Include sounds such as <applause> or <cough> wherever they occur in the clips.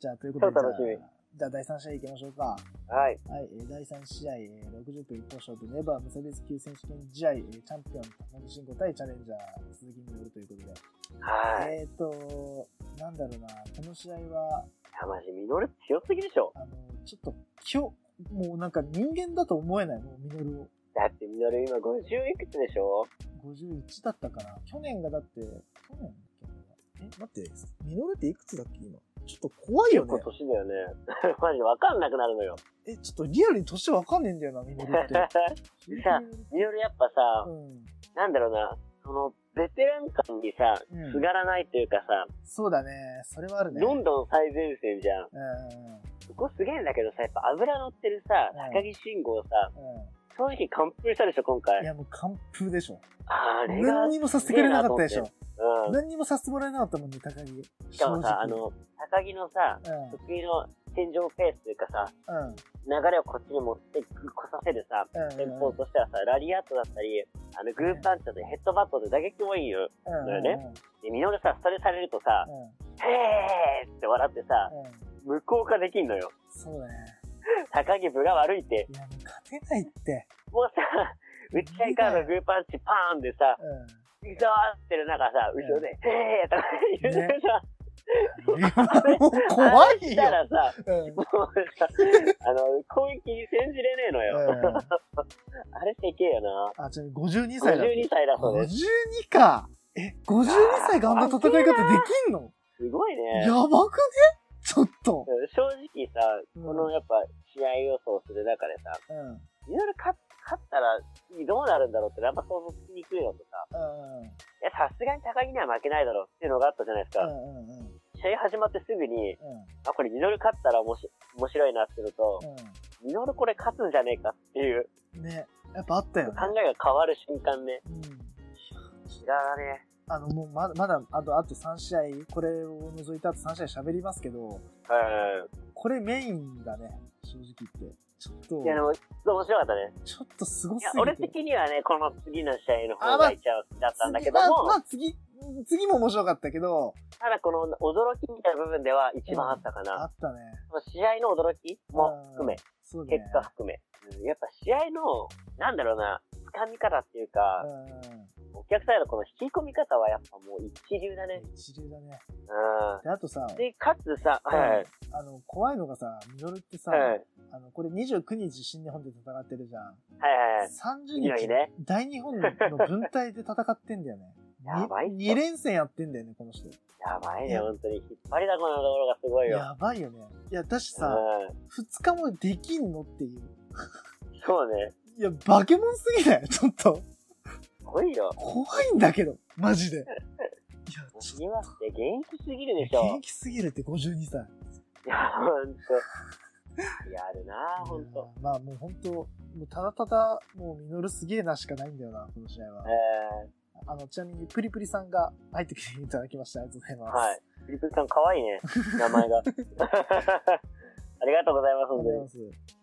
じゃあ、ということで、じゃあ楽しみじゃあ第3試合行きましょうか。はい。はい、えー第3試合、えー60分一本勝負、ネバー無差別級選手権試合、えーチャンピオン、モンシンコ対チャレンジャー、鈴木みのるということで。はい。えっ、ー、と、なんだろうな、この試合は、山地みのる強すぎでしょ。あの、ちょっと、今日、もうなんか人間だと思えない、もうミノルを。だってみのる今50いくつでしょ51だったかな。去年がだって、去年だっけなえ、待って、ミノルっていくつだっけ今。ちょっと怖いよ結ね構。年だよね。 <laughs> マジでわかんなくなるのよ。え、ちょっとリアルに年わかんねえんだよな、ミノルって。 <laughs> さみのるやっぱさう、ん。なんだろうな、その、ベテラン感にさ、うんすがらないというかさ、そうだね。それはあるね。どんどん最前線じゃん。うん。そこすげえんだけどさ、やっぱ油乗ってるさ、うん高木慎吾さ、う正直完封したでしょ、今ん。い回。や、もう完封でしょ。あれが、う何ん。にもさせてくれなかったでしすょ。何にもさせてもらえなかったもんね、高木。しかもさ、あの、高木のさ、正直、得意の天井ペースというかさ、うん、うん、流れをこっちに持ってこさせるさ、うん。戦法としてはさ、ラリアットだったり、あの、グーパンチだったり、ヘッドバットで打撃もいいよ。うん、だよねで、ミノルさ、それされるとさう、ん、へーって笑ってさ、うん。無効化できんのよ。そうだね。高木部が悪いって。いや、もう勝てないって。もうさ、打ち合いからのグーパンチパーンでさ、 <laughs> ういざーってる中さ、後ろで、へーとか言ってさ、ん。いや、もう怖あれいしたよ。らさ、うん。うんもうさ、あの、攻撃に煎じれねえのよ。あれでけえよな。あ、ちなみに52歳だって。 52歳だそうです。 52か。え、52歳があんな戦い方できんのすごいね。やばくねちょっと。正直さ、うんこのやっぱ試合予想する中でさ、うん。うん。いろいろ勝勝ったらどうなるんだろうってあんま想像つきにくいのとさ、うん。いや、さすがに高木には負けないだろうっていうのがあったじゃないですうか。ん。うん。うん。試合始まってすぐに、あ、これミノル勝ったらおもし面白いなっていうのと、うミノルこれ勝つんじゃねえかっていうん。ね。やっぱあったよ考ね。えが変わる瞬間ね。うん。違うね。あの、もうまだ、まだ、あと、あと3試合、これを除いたあと3試合喋りますけど、うこれメインだね、正直言って。ちょっとん。い、や、でも、面白かったね。ちょっとすごいすや、ぎ俺て。的にはね、この次の試合のあ方まあが一番好きだったんだけ次どまあ、も、まあ、次、次も面白かったけど、ただこの驚きみたいな部分では一番あったかあな。ったね。その試合の驚きも含め、そうね。結果含め。うんやっぱ試合の、なんだろうな、掴み方っていうか、お客さんへのこの引き込み方はやっぱもう一流だねう。ん。一流だね。うで、あとさ、ん。で、かつさ、はい。あの、怖いのがさ、ミノルってさ、はい。あの、これ29日新日本で戦ってるじゃん。はいはい。 30いよい日、いね大日本の分隊で戦ってんだよね。 <laughs> やばいっすよ2連戦やってんだよね、この人。やばいね、本当に。引っ張りだこなところがすごいよ。やばいよね。いや、だしうさ、ん。 2日もできんのっていう。そうね。いや、化け物すぎだよ、 <laughs> ちょっと。すごいよ。怖いんだけど、マジで。いや、ちょ今って元気すぎるでしっと、元ょ。気すぎるって52歳。いや、ほんと。やるなぁ、ほんいと。やーまあもう本当、もうただただ、もうミノルすげえなしかないんだよな、この試合はえ。ー。あの、ちなみにプリプリさんが入ってきていただきました。ありがとうございます。はい。フリップさん、可愛いね。名前が。 <laughs> ありがとうございありがとうございます、本当にま。す。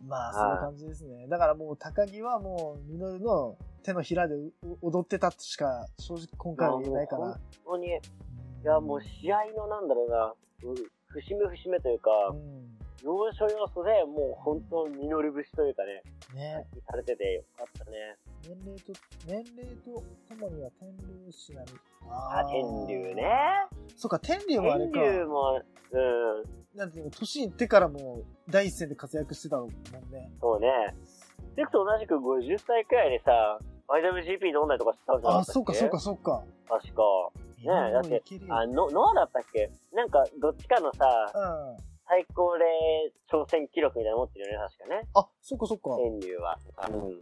まあ、そはういいう感じですね。だからもう、高木はもう、ミノルの手のひらでう踊ってたとしか、正直今回は言えないかいやもら。本当に、いや、もう試合のなんだろうな、うん節目節目というか、うん。要所要所でもう本当に実り節というかね、ねされててよかったね。年齢と、年齢とともには天竜氏なり。あ、ー天竜ね。。そうか、天竜はあれ天か。竜も、うん、なんていうの、年いってからも第一線で活躍してたもんね。そうね。それこそ同じく50歳くらいでさ、IWGP 飲んだりとかしてたんじゃなかあっあ、たっけそうか、そうか、そうか。確か。いやだっもてういけるよあ、の、ノアだったっけなんか、どっちかのさ、うん。最高齢挑戦記録みたいなの持ってるよね、確かね。あ、そっかそっか。天竜は。うん。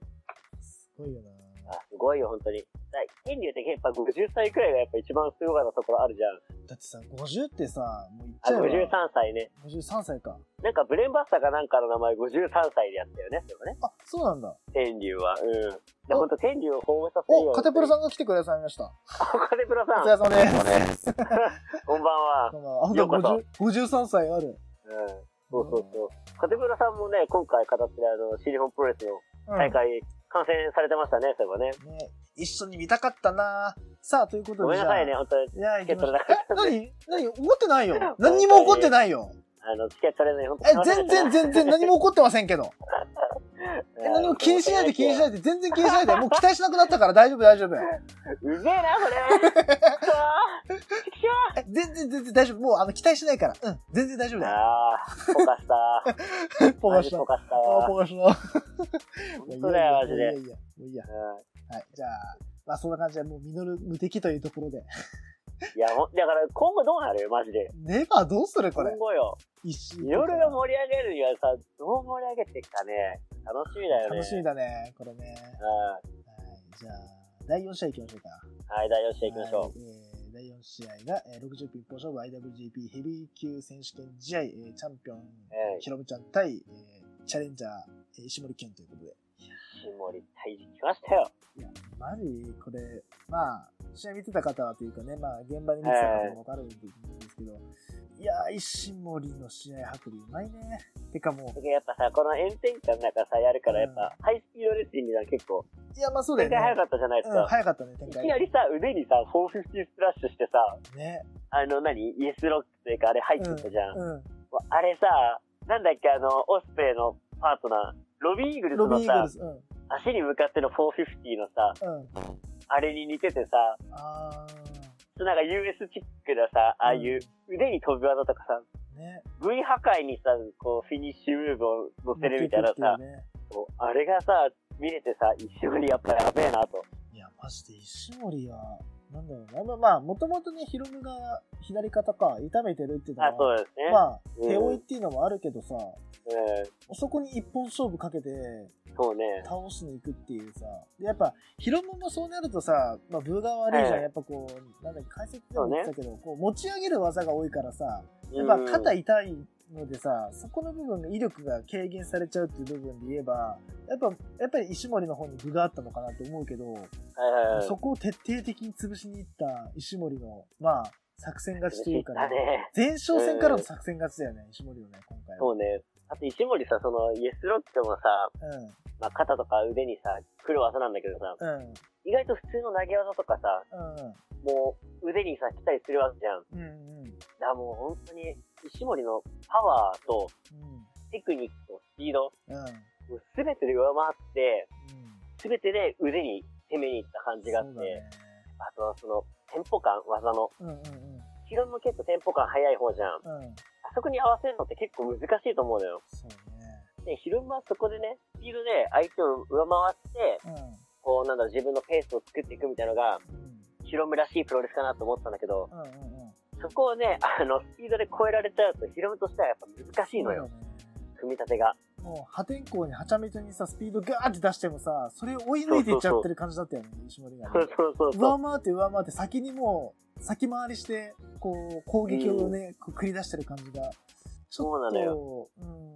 すごいよな。あ、すごいよ、本当に。だ天竜ってやっぱ50歳くらいがやっぱ一番すごかったところあるじゃだってさ、50ってさ、もういっちん。あ、ゃえば53歳ね。 53歳か。なんかブレンバスターかなんかの名前53歳でやったよね、でもね。あ、そうなんだ。天竜は。うん。で、おほんと天竜を訪問させるよ。お、カテプロん。さんが来てくださいました。カテプロさお疲ん。れ様です。 <laughs> こんばんは。こんばんはあ、ようこそ50 53歳ある。うん。そうそうそう。カテプロさんもね、今回語ってるあの、新日本プロレスのうん大会、観戦されてましたね、そういえばね。ね、一緒に見たかったなさあ、ということで。ごめんなさいね、。本当に。いや、行きましょうチケットだかえ、何何怒ってないよ。何にも怒ってないよ。あの、チケット取れずに、本当え、全然全然何も起こってません <laughs> けど。え然。何も気にしないで気にしないいで、全然気にし <laughs> ないで、もう期待しなくなったから大丈夫大丈夫。う <laughs> ぜえな、これ。くそー。ちくしょえ、全然全然大丈夫。もうあの期待しないから。うん、全然大丈夫ー。だよ。あー、ポカした。ポカした。マジポあカしたー、わ。ポカした。本当だよ、マジいやいやいや、で。もういいや。うんはい、じゃあ、まあそんな感じで、もう実る無敵というところで。 <laughs> いや、ほんだから今後どうなるよ、マジで。ネバーどうするこ今れ。後よ。一いろいろ盛り上げるにはさ、どう盛り上げていくかね。楽しみだよね。楽しみだ。だね、これね。うはい、じゃあ、第4試合行きましょうか。ん。はい、代用していきましはょいえー第4試合が、えー、60分一本勝負 IWGP ヘビー級選手権試合、えーチャンピオン、はいヒロムちゃん対、えーチャレンジャー、えー石森健ということで。う。シモリ退治来ましたよ。いや、マジこれ、まあ、試合見てた方はというかね、まあ、現場に見てた方もわかるんですけど、いやー、石森の試合運びうまいね。てかもだけどやっぱさ、この炎天下の中さ、やるから、やっぱ、ハイスピードレスリングが結構、う、いや、まあそうだよ展ね。開早かったじゃないですうん、か。早かったね、展い開きな。りさ、腕にさ、450スプラッシュしてさ、ね。あの何、イエスロックというか、あれ入ってったじゃん。うん。あれさ、なんだっけ、あの、オスプレイのパートナー、ロビーイーグルスロビー・イのーグさル、ス。うん。足に向かっての450のさ、うん。あれに似ててさ、あなんか US チックなさ、ああいう腕に飛び技とかさ、ー、ね。 V 破壊にさ、こう、フィニッシュムーブを乗せるみたいな乗っさけ、てきてねこうあれがさ、見れてさ、一緒にやっぱやべえなと。いや、マジで石森は、なんだろうな。まあ、まあ、もともとね、ヒロムが左肩か、痛めてるっていうのあ、は、そうですね。まあ、うん手負いっていうのもあるけどさ、うそこに一本勝負かけてん、そうね。倒しに行くっていうさ、でやっぱ、ヒロムもそうなるとさ、まあ、ブーが悪いじゃん。ええやっぱこう、なんだっけ、解説でも言ってたけど、こう、持ち上げる技が多いからさ、やっぱ肩い。痛いのでさ、そこの部分が威力が軽減されちゃうっていう部分で言えば、やっぱ、やっぱり石森の方に具があったのかなと思うけど、はいはいはい。そこを徹底的に潰しに行った石森の、まあ、作戦勝ちというかだね、ね。前哨戦からの作戦勝ちだよね、石森のね、今回そは。うね。あと石森さ、その、イエスロックもさ、まあ、肩とか腕にさ、来る技なんだけどさ、うん、うん、意外と普通の投げ技とかさ、もう腕にさ、来たりするわけじゃん。うん、うん、うん、うん。だからもう本当に、石森のパワーと、テクニックとスピード、うん、うん。もう全てで上回って、全てで腕に攻めに行った感じがあって、そうだねあとその、テンポ感、技の。うん、うん、ヒロムも結構テンポ感速い方じゃん。うん、うん。あそこに合わせるのって結構難しいと思うのよ。そうね。で、ヒロムはそこでね、スピードで相手を上回って、こう、なんだろう、自分のペースを作っていくみたいなのが、うん、うん、ヒロムらしいプロレスかなと思ったんだけど、うん、うん、うん。そこをね、あの、スピードで超えられちゃうと、ヒロムとしてはやっぱ難しいのよ。そうだね組み立てが。もう破天荒にはちゃめちゃにさ、スピードガーって出してもさ、それを追い抜いていっちゃってる感じだったよね、石森がね。そうそうそうそう。上回って上回って先にもう先回りしてこう攻撃をね、こう繰り出してる感じがちそうょなっのとうん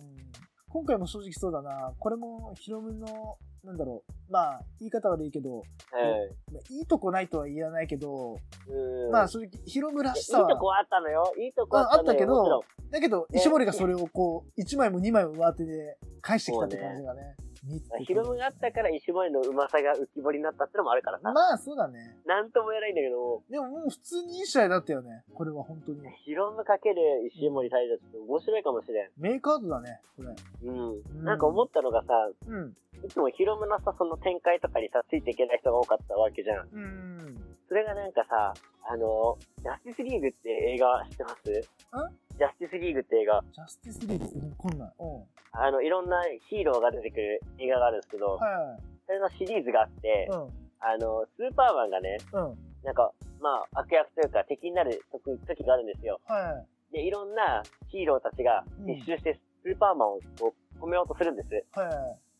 今回も正直そうだなこれもヒロムのなんだろうまあ言い方悪いけどえまあいいとこないとは言えないけど、えうん。まあい正直ヒロムらやいしいさとはこあったのよ。いいとこあったのよ。ああったけどもちろんだけどね石森がそれをこう1枚も2枚も上手で返してきたってそうね感じがね見てまあてヒロムがあったから石森のうまさが浮き彫りになったってのもあるからさ。まあそうだねなんとも言えないんだけど、でももう普通にいい試合だったよねこれは本当にヒロムかける石森大ちょっと面白いかもしれん。名カードだねこれうん。んなんか思ったのがさ、うんいつもヒロムのさ、その展開とかにさ、ついていけない人が多かったわけじゃん。うんそれがなんかさ、あの、ジャスティスリーグって映画知ってますジャスティスリーグって映画。ジャスティスリーグわかんない。うん。あの、いろんなヒーローが出てくる映画があるんですけど、はそれのシリーズがあって、い。うん。あの、スーパーマンがね、うん。なんか、まあ、悪役というか敵になる時時があるんですよ。はで、いろんなヒーローたちが一周してスーパーマンをこう止めようとするんです。い。は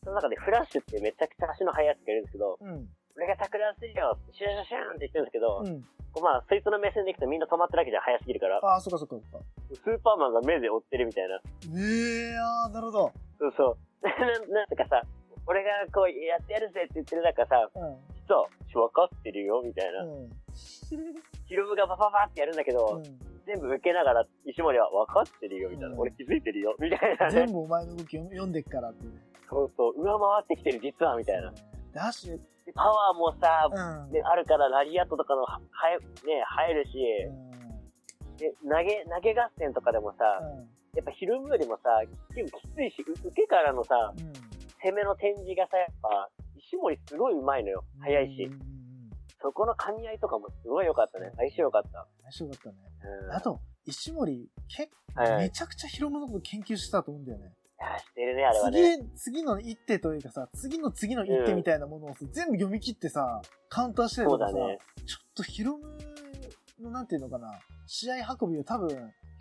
その中でフラッシュってめちゃくちゃ足の速いやつがいるんですけど、い。うん。俺が企んするよシュンシュンシュンって言ってるんですけうど、ん。こうまあ、そいつの目線でいくとみんな止まってるわけじゃん、速すぎるから。ああ、そっかそっかそっか。スーパーマンが目で追ってるみたいな。ええああ、なるほど。そうそう。 <laughs> な、なんとかさ、俺がこうやってやるぜって言ってる中さ、う実は、分かってるよ、みたいな。ん。うん。ヒロムがバババってやるんだけうど、ん全部受けながら、石森は分かってるよ、みたいな。うん俺気づいてるよ、みたいな全ね。部お前の動きを読んでっからっていうね。そうそう、上回ってきてる、実は、みたいな。ダッシュ、でパワーもさ、うん。ね、あるから、ラリアットとかの、は、はえ、ね、生えるし、うん。で、投げ、投げ合戦とかでもさ、うんやっぱ昼ムよりもさ、結構きついし、う受けからのさ、うん。攻めの展示がさ、やっぱ、石森すごい上手いのよ。早いしう。んうんうん。そこの噛み合いとかもすごい良かったね。相性良かった。面白かったね。うん。あと、石森、結はい構、はいめちゃくちゃ広ロのこと研究してたと思うんだよね。いや、してるね、あれはね。次、次の一手というかさ、次の次の一手みたいなものをさ全部読み切ってさ、カウンターしてるとそうかださ、ね。ちょっとヒロムの、なんていうのかな、試合運びを多分、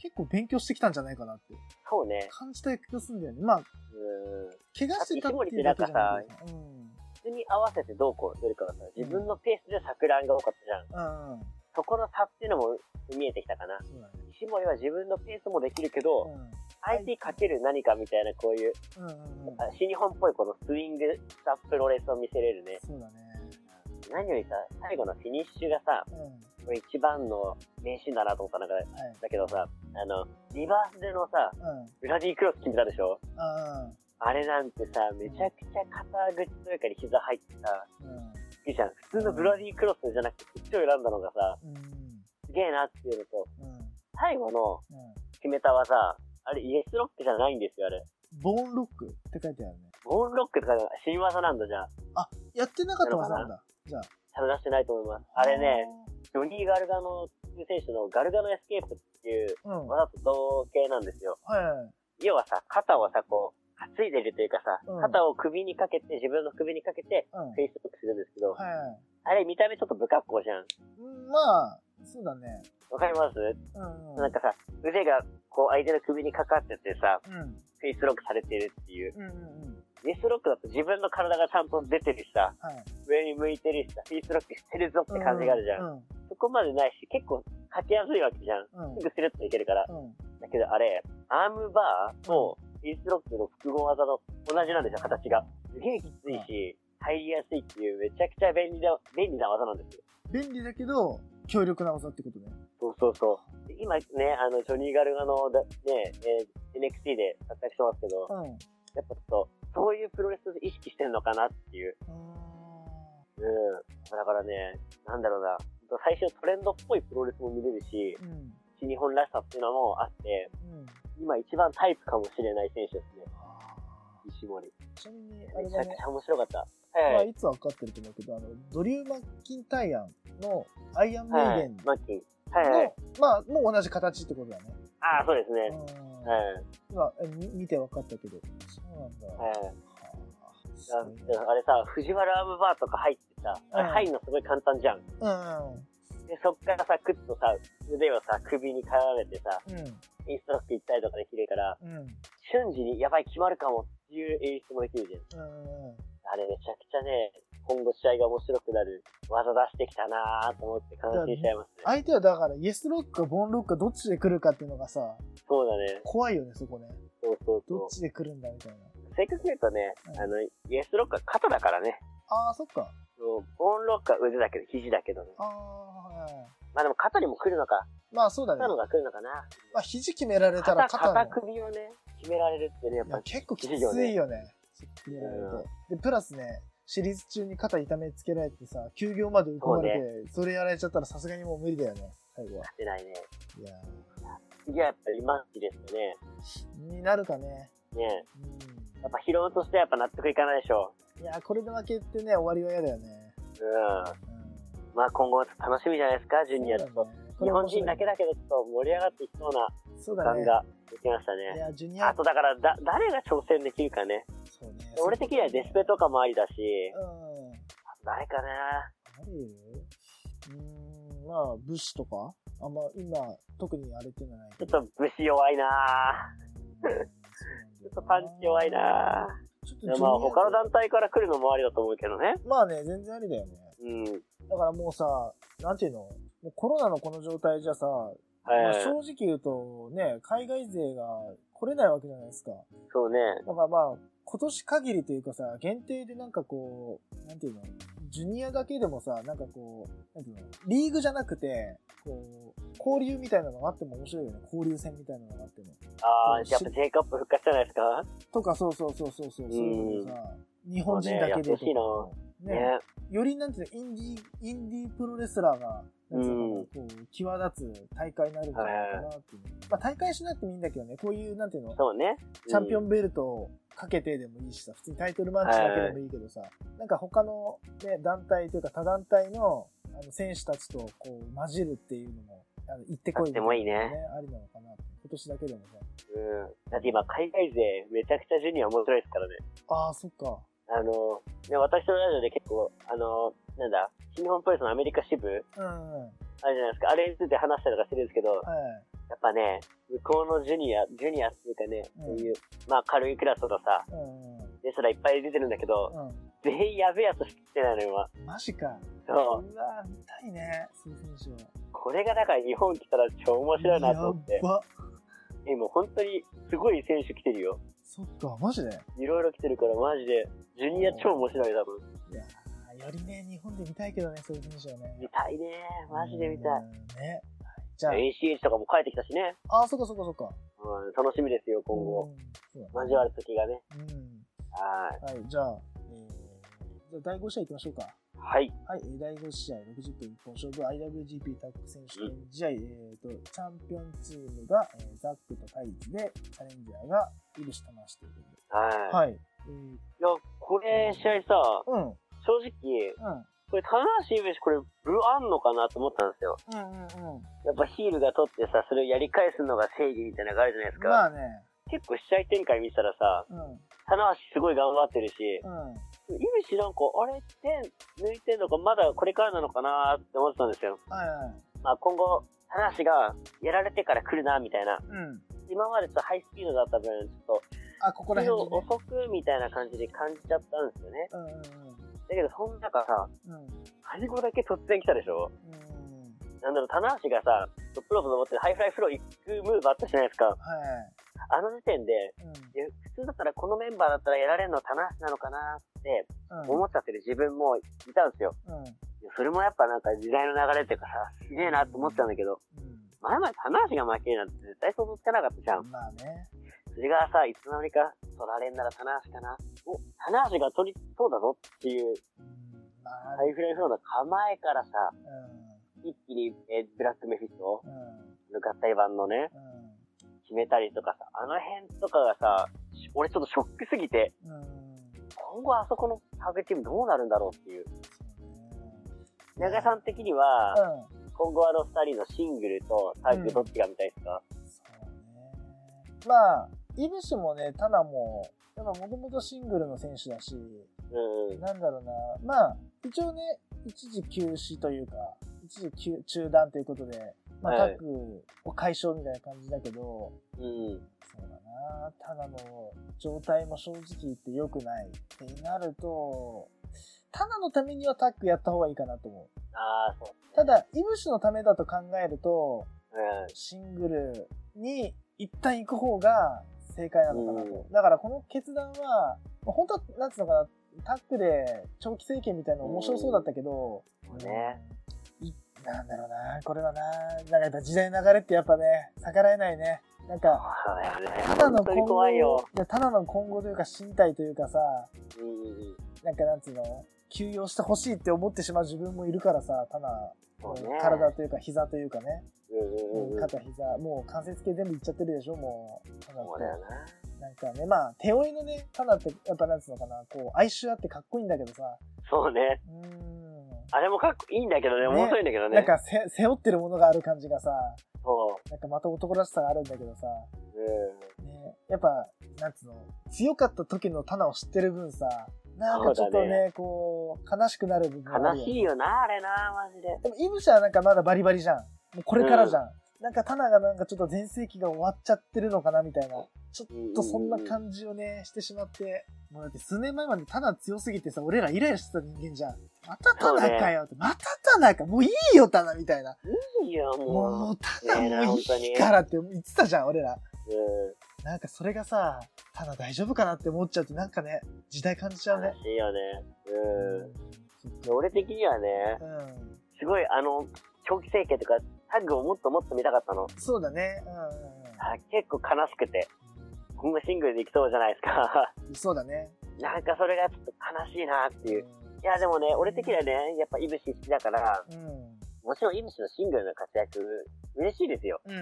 結構勉強してきたんじゃないかなってそうね。感じた気がするんだよね。まあ、うん。怪我してたっていうだけじゃないけどさ。うん。質に合わせてどうこうよりかはさ、自分のペースで錯乱が多かったじゃん。うんうん。そこの差っていうのも見えてきたかな。そうだね。石森は自分のペースもできるけど、相手にかける何かみたいなこういう、うん。うんうんうん。あ新日本っぽいこのスイングしたプロレスを見せれるね。そうだね。何よりさ、最後のフィニッシュがさ、うん。はい。これ一番の名シーンだなと思った中で、だけどさ、あの、リバースでのさ、うん。ブラディクロス決めたでしょああれなんてさ、めちゃくちゃ肩口というかに膝入ってさ、ーうん。いいじゃん。普通のブラディクロスじゃなくて、こっちを選んだのがさ、うん。うん。すげえなっていうのと、うん。最後のうん。決めた技、あれイエスロックじゃないんですよ、あれ。ボーンロックって書いてあるね。ボーンロックとか新技なんだじゃん。あ、やってなかった技なんだ。じゃあ。多分出してないと思います。あれね、ジョニー・ガルガの選手のガルガのエスケープっていうあー。うん。はい技と同型なんですよ。はい。要はさ、肩をさ、こう、担いでるというかさ、うん肩を首にかけて、自分の首にかけて、うん。フェイスロックするんですけど、はあれ見た目ちょっと不格好じゃい。ん。うんまあ、そうだね。わかりますうん。なんかさ、腕がこう相手の首にかかっててさ、うん。フェイスロックされてるっていう。うんうんうん。デスロックだと自分の体がちゃんと出てるしさ、はい。上に向いてるしさ、フェイスロックしてるぞって感じがあるじゃん。うん。そこまでないし、結構勝ちやすいわけじゃん。うん。すぐスルッといけるから。うん。だけどあれ、アームバーとフェイスロックの複合技の同じなんですよ、形が。すげえきついし、入りやすいっていうめちゃくちゃ便利な、便利な技なんですよ。便利だけど、強力な技ってことね。そうそうそう。で今ね、あの、ジョニー・ガルガのだ、ね、えー NXT で活躍してますけど、うん。やっぱちょっと、そういうプロレスを意識してんのかなっていう。うん。だからね、なんだろうな。最初トレンドっぽいプロレスも見れるし、うん。新日本らしさっていうのもあって、うん。今一番タイプかもしれない選手ですね。あ石森。ーちなみに、あめれちゃだくねち。ゃ面白かった。まあ、はい。いつは分かってると思うけど、あの、ドリュー・マッキンタイアンのアイアンメイはデいン。マッキン。はいはい。の、まあ、もう同じ形ってことだね。ああ、そうですね。うんはい。今、えみ見て分かったけど。そうなんだ。はい。はあすあごいねあれさ、藤原アームバーとか入ってさ、あうれん入るのすごい簡単じゃん。うで、そっからさ、クッとさ、腕をさ、首に絡めてさ、ん。インストラクト行ったりとかできるから、うん。うん。瞬時にやばい決まるかもっていう演出もできるじゃん。うん。あれめちゃくちゃね、今後試合が面白くなる技出してきたなぁと思って感心しちゃいますね。相手はだから、イエスロックかボーンロックかどっちで来るかっていうのがさ、そうだね。怖いよね、そこね。そうそうどそっう。ちで来るんだみたいな。正確に言うとね、うんあの、イエスロックは肩だからね。ああ、そっか。そうボーンロックは腕だけど、肘だけどね。ああ、はまあでも肩にも来るのか。い。まあそうだね肩。のが来るのかな。まあ肘決められたら肩、肩肩の。首をね、決められるってね、やっいぱや、結構きついよね。決められると。で、プラスね、シリーズ中に肩痛めつけられてさ、休業まで追い込まれて、それやられちゃったらさすがにもう無理だよね、最後は。出ないね。いや次はやっぱりマッチですよね。ーになるかね。ねうんやっぱ疲労としてはやっぱ納得いかないでしょ。。いやー、これで負けてね、終わりは嫌だよね。ううん。ん。まあ今後楽しみじゃないですか、ジュニアだと。日本人だけだけど、ちょっと盛り上がっていきそうなそうだ感ね。ができましたいね。や、ジュニアあ、とだからだ、誰が挑戦できるかね。そうね。俺的にはデスペとかもありだし、うん。誰かなあるうーん、まあ、武士とかあんま今、特にあれっていうのはないちけょっど。と武士弱いなちちょっとパンチ弱いなちょっとジュでニアもまあ他の団体から来るのもありだと思うけどね。まあね、全然ありだよね。うん。だからもうさ、なんていうのもうコロナのこの状態じゃさ、まあはい。正直言うとね、海外勢が来れないわけじゃないですか。そうね。だからまあ、今年限りというかさ、限定でなんかこう、なんていうの、ジュニアだけでもさ、なんかこう、なんていうの、リーグじゃなくて、こう、交流みたいなのがあっても面白いよね。交流戦みたいなのがあっても。ああ、うんやっぱ J カップ復活じゃないですかとか、そうそうそうそうそう、そういうのさ、日本人だけでとかそうねやってほね、よりなんていうの、インディー、インディープロレスラーが、なんていうのこう、際立つ大会になるんじゃないかなっていう。まあ大会しなくてもいいんだけどね、こういう、なんていうの、そうね。チャンピオン。ンベルトをかけてでもいいしさ、普通にタイトルマッチだけでもいいけどさ、なんか他のね、団体というか他団体のあの選手たちとこう混じるっていうのも、あの行ってこいみたなのあってもいい。ありなのかな。今年だけでもね。うん。だって今、海外勢、めちゃくちゃジュニア面白いですからね。ああ、そっか。あの、ね、私のラジオで結構、あの、なんだ、新日本プロレスのアメリカ支部、うんうん。はい。あるじゃないですか。あれについて話したりとかしてるんですけど、やっぱね、向こうのジュニア、ジュニアっていうかね、うんそういう、まあ軽いクラスとかさ、うんうん。レスラーいっぱい出てるんだけど、う全員やべえやつしか来てないのよ、ん。マジか。今。うそう。わ、見たいね。そういう選手は。これがだから日本来たら超面白いなと思ってや。っば。え、もう本当にすごい選手来てるよ。そっか、マジで。いろいろ来てるからマジで、ジュニア超面白い多分。いやーよりね、日本で見たいけどね、そういう選手はね。見たいねマジで見たい。い。ね。じゃあ、 ACH とかも帰ってきたしね。ああ、そっかそっかそっか。うん、楽しみですよ、今後。うん。そうだね交わる時がね。うん。ははい、じゃあ、えー、じゃあ第5試合行きましょうか。い。はい。はい、えー第5試合60分一本勝負 IWGP タッグ選手権試合、えーと、チャンピオンチームが、えーザックとタイツで、チャレンジャーがイブシとマシということで。ははい。えー、い。いや、これ、試合さ、うん、うん、正直、これ、棚橋イブシ、これ、ブあんのかなと思ったんですよ。うん、うん、うん。やっぱヒールが取ってさ、それをやり返すのが正義みたいなのがあるじゃないですか。まあね、結構試合展開見てたらさ、うん、うん、棚橋すごい頑張ってるし、イブシなんか、あれ、手抜いてんのか、まだこれからなのかなって思ってたんですよ。はいはい、まあ、今後、棚橋がやられてから来るな、みたいな。うん。今までちょっとハイスピードだった分、ちょっと、あ、ここら手を辺で、ね。遅くみたいな感じで感じちゃったんですよね。うん、うん、だけど、その中さ、うん、最後だけ突然来たでしょうん、うん。なんだろう、棚橋がさ、トップロープ登ってハイフライフロー行くムーブあったじゃないですか。はい、あの時点で、うん、いや普通だったらこのメンバーだったらやられるの棚橋なのかなって思っちゃってる自分もいたんですよ。うん、うん、それもやっぱなんか時代の流れっていうかさ、すげえなと思ってたんだけど、うん。前々棚橋が負けるなんて絶対想像つかなかったじゃん。まあね。それがさ、いつの間にか取られんなら棚橋かな。お、棚橋が取りそうだぞっていう、うん、まあ、ハイフライフローの構えからさ、う一気に、えーブラックメフィストん、うん、の合体版のね、うん。決めたりとかさ、あの辺とかがさ、し俺ちょっとショックすぎて、うーん今後あそこのタッグチームどうなるんだろうっていう。そうね長井さん的にうは、ん。今後あの二人のシングルとタッグどっちが見たいですか、そうね。まあ、イブシもね、タナも、やっぱもともとシングルの選手だし、うん、うん。なんだろうな、まあ、一応ね、一時休止というか、一時休中断ということで、まあ、タはいッグを解消みたいな感じだけど、うん。そうだな、タナの状態も正直言って良くないってなると、タナのためにはタッグやった方がいいかなと思う。ああ、そう。ただ、イブシのためだと考えると、うん。シングルに一旦行く方が正解なのかなと。だからこの決断は、まあ本当は、なんつうのかな、タックで長期政権みたいなの面白そうだったけど、そうねうん。いなんだろうな、これはな、なんかやっぱ時代の流れってやっぱね、逆らえないね。なんか、そうだよね。ただの本当に今後、怖いよ。やただの今後というか身体というかさ、うんうんうん。なんかなんつうの、休養してほしいって思ってしまう自分もいるからさ、ただ、そうね。体というか膝というかね。うんうんうんうん。肩、膝、もう関節系全部いっちゃってるでしょ、もう。ただそうだよな。なんかね、まあ、手負いのね、ただって、やっぱなんつうのかな、こう、哀愁あってかっこいいんだけどさ、そうね。うーん。あれもかっこいいんだけどね、ね面白いんだけどね。なんかせ、背負ってるものがある感じがさ、そなんかまた男らしさがあるんだけどさ、う。うん。ね、やっぱ、なんつうの、強かった時のタナを知ってる分さ、なんかちょっとそね、うだこう、悲しくなる部分があるよ悲しねいよな、あれな、マジで。でも、イブシはなんかまだバリバリじゃん。もうこれからじゃん。なんか、タナがなんかちょっと全盛期が終わっちゃってるのかなみたいな。ちょっとそんな感じをね、してしまって。もうだって数年前までタナ強すぎてさ、俺らイライラしてた人間じゃん。またタナかよって、またタナか。もういいよ、タナみたいな。いいよ、ももう。うタナねえもういいからって言ってたじゃん、俺ら。う。なんかそれがさ、タナ大丈夫かなって思っちゃうとなんかね、時代感じちゃうんね悲。しいよね。うんう。ん。俺的にはね、うん。すごい、あの、長期整形とか、タッグをもっともっと見たかったの。そうだね。うあ結構悲しくて。今後シングルで行きそうじゃないですか。 <laughs> んうん。そうだね。なんかそれがちょっと悲しいなっていう。うんいや、でもね、俺的にはね、やっぱイブシ好きだから、うん。もちろんイブシのシングルの活躍、嬉しいですよ。うんう